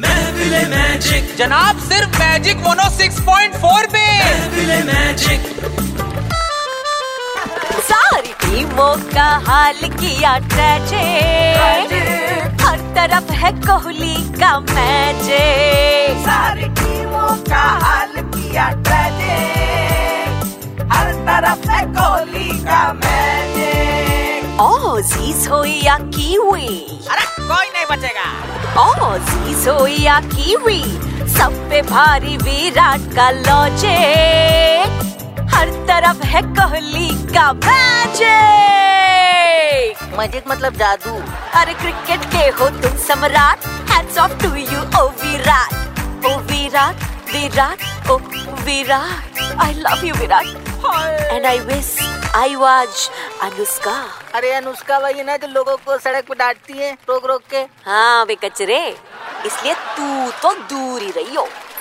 महफिले magic जनाब सिर्फ magic मोनो 6.4 पे महफिले मैजिक सारी टीमों का हाल किया ट्रैजिक हर तरफ है कोहली का मैजिक सारी टीमों का हाल किया ट्रेजिक हर तरफ है कोहली का मैजिक ऑजीज हो या कीवी अरे कोई नहीं बचेगा ऑजीज हो या कीवी सब पे भारी विराट का लॉजिक हर तरफ है कोहली का मैजिक मैजिक मतलब जादू अरे क्रिकेट के हो तुम सम्राट हैट्स ऑफ टू यू ओ विराट ओ विराट विराट ओ Virat I love you Virat and I wish I was Anushka अरे अनुष्का भाई ना जो लोगों को सड़क पर डांटती है रोक रोक के हाँ वे कचरे इसलिए तू तो दूर ही रही हो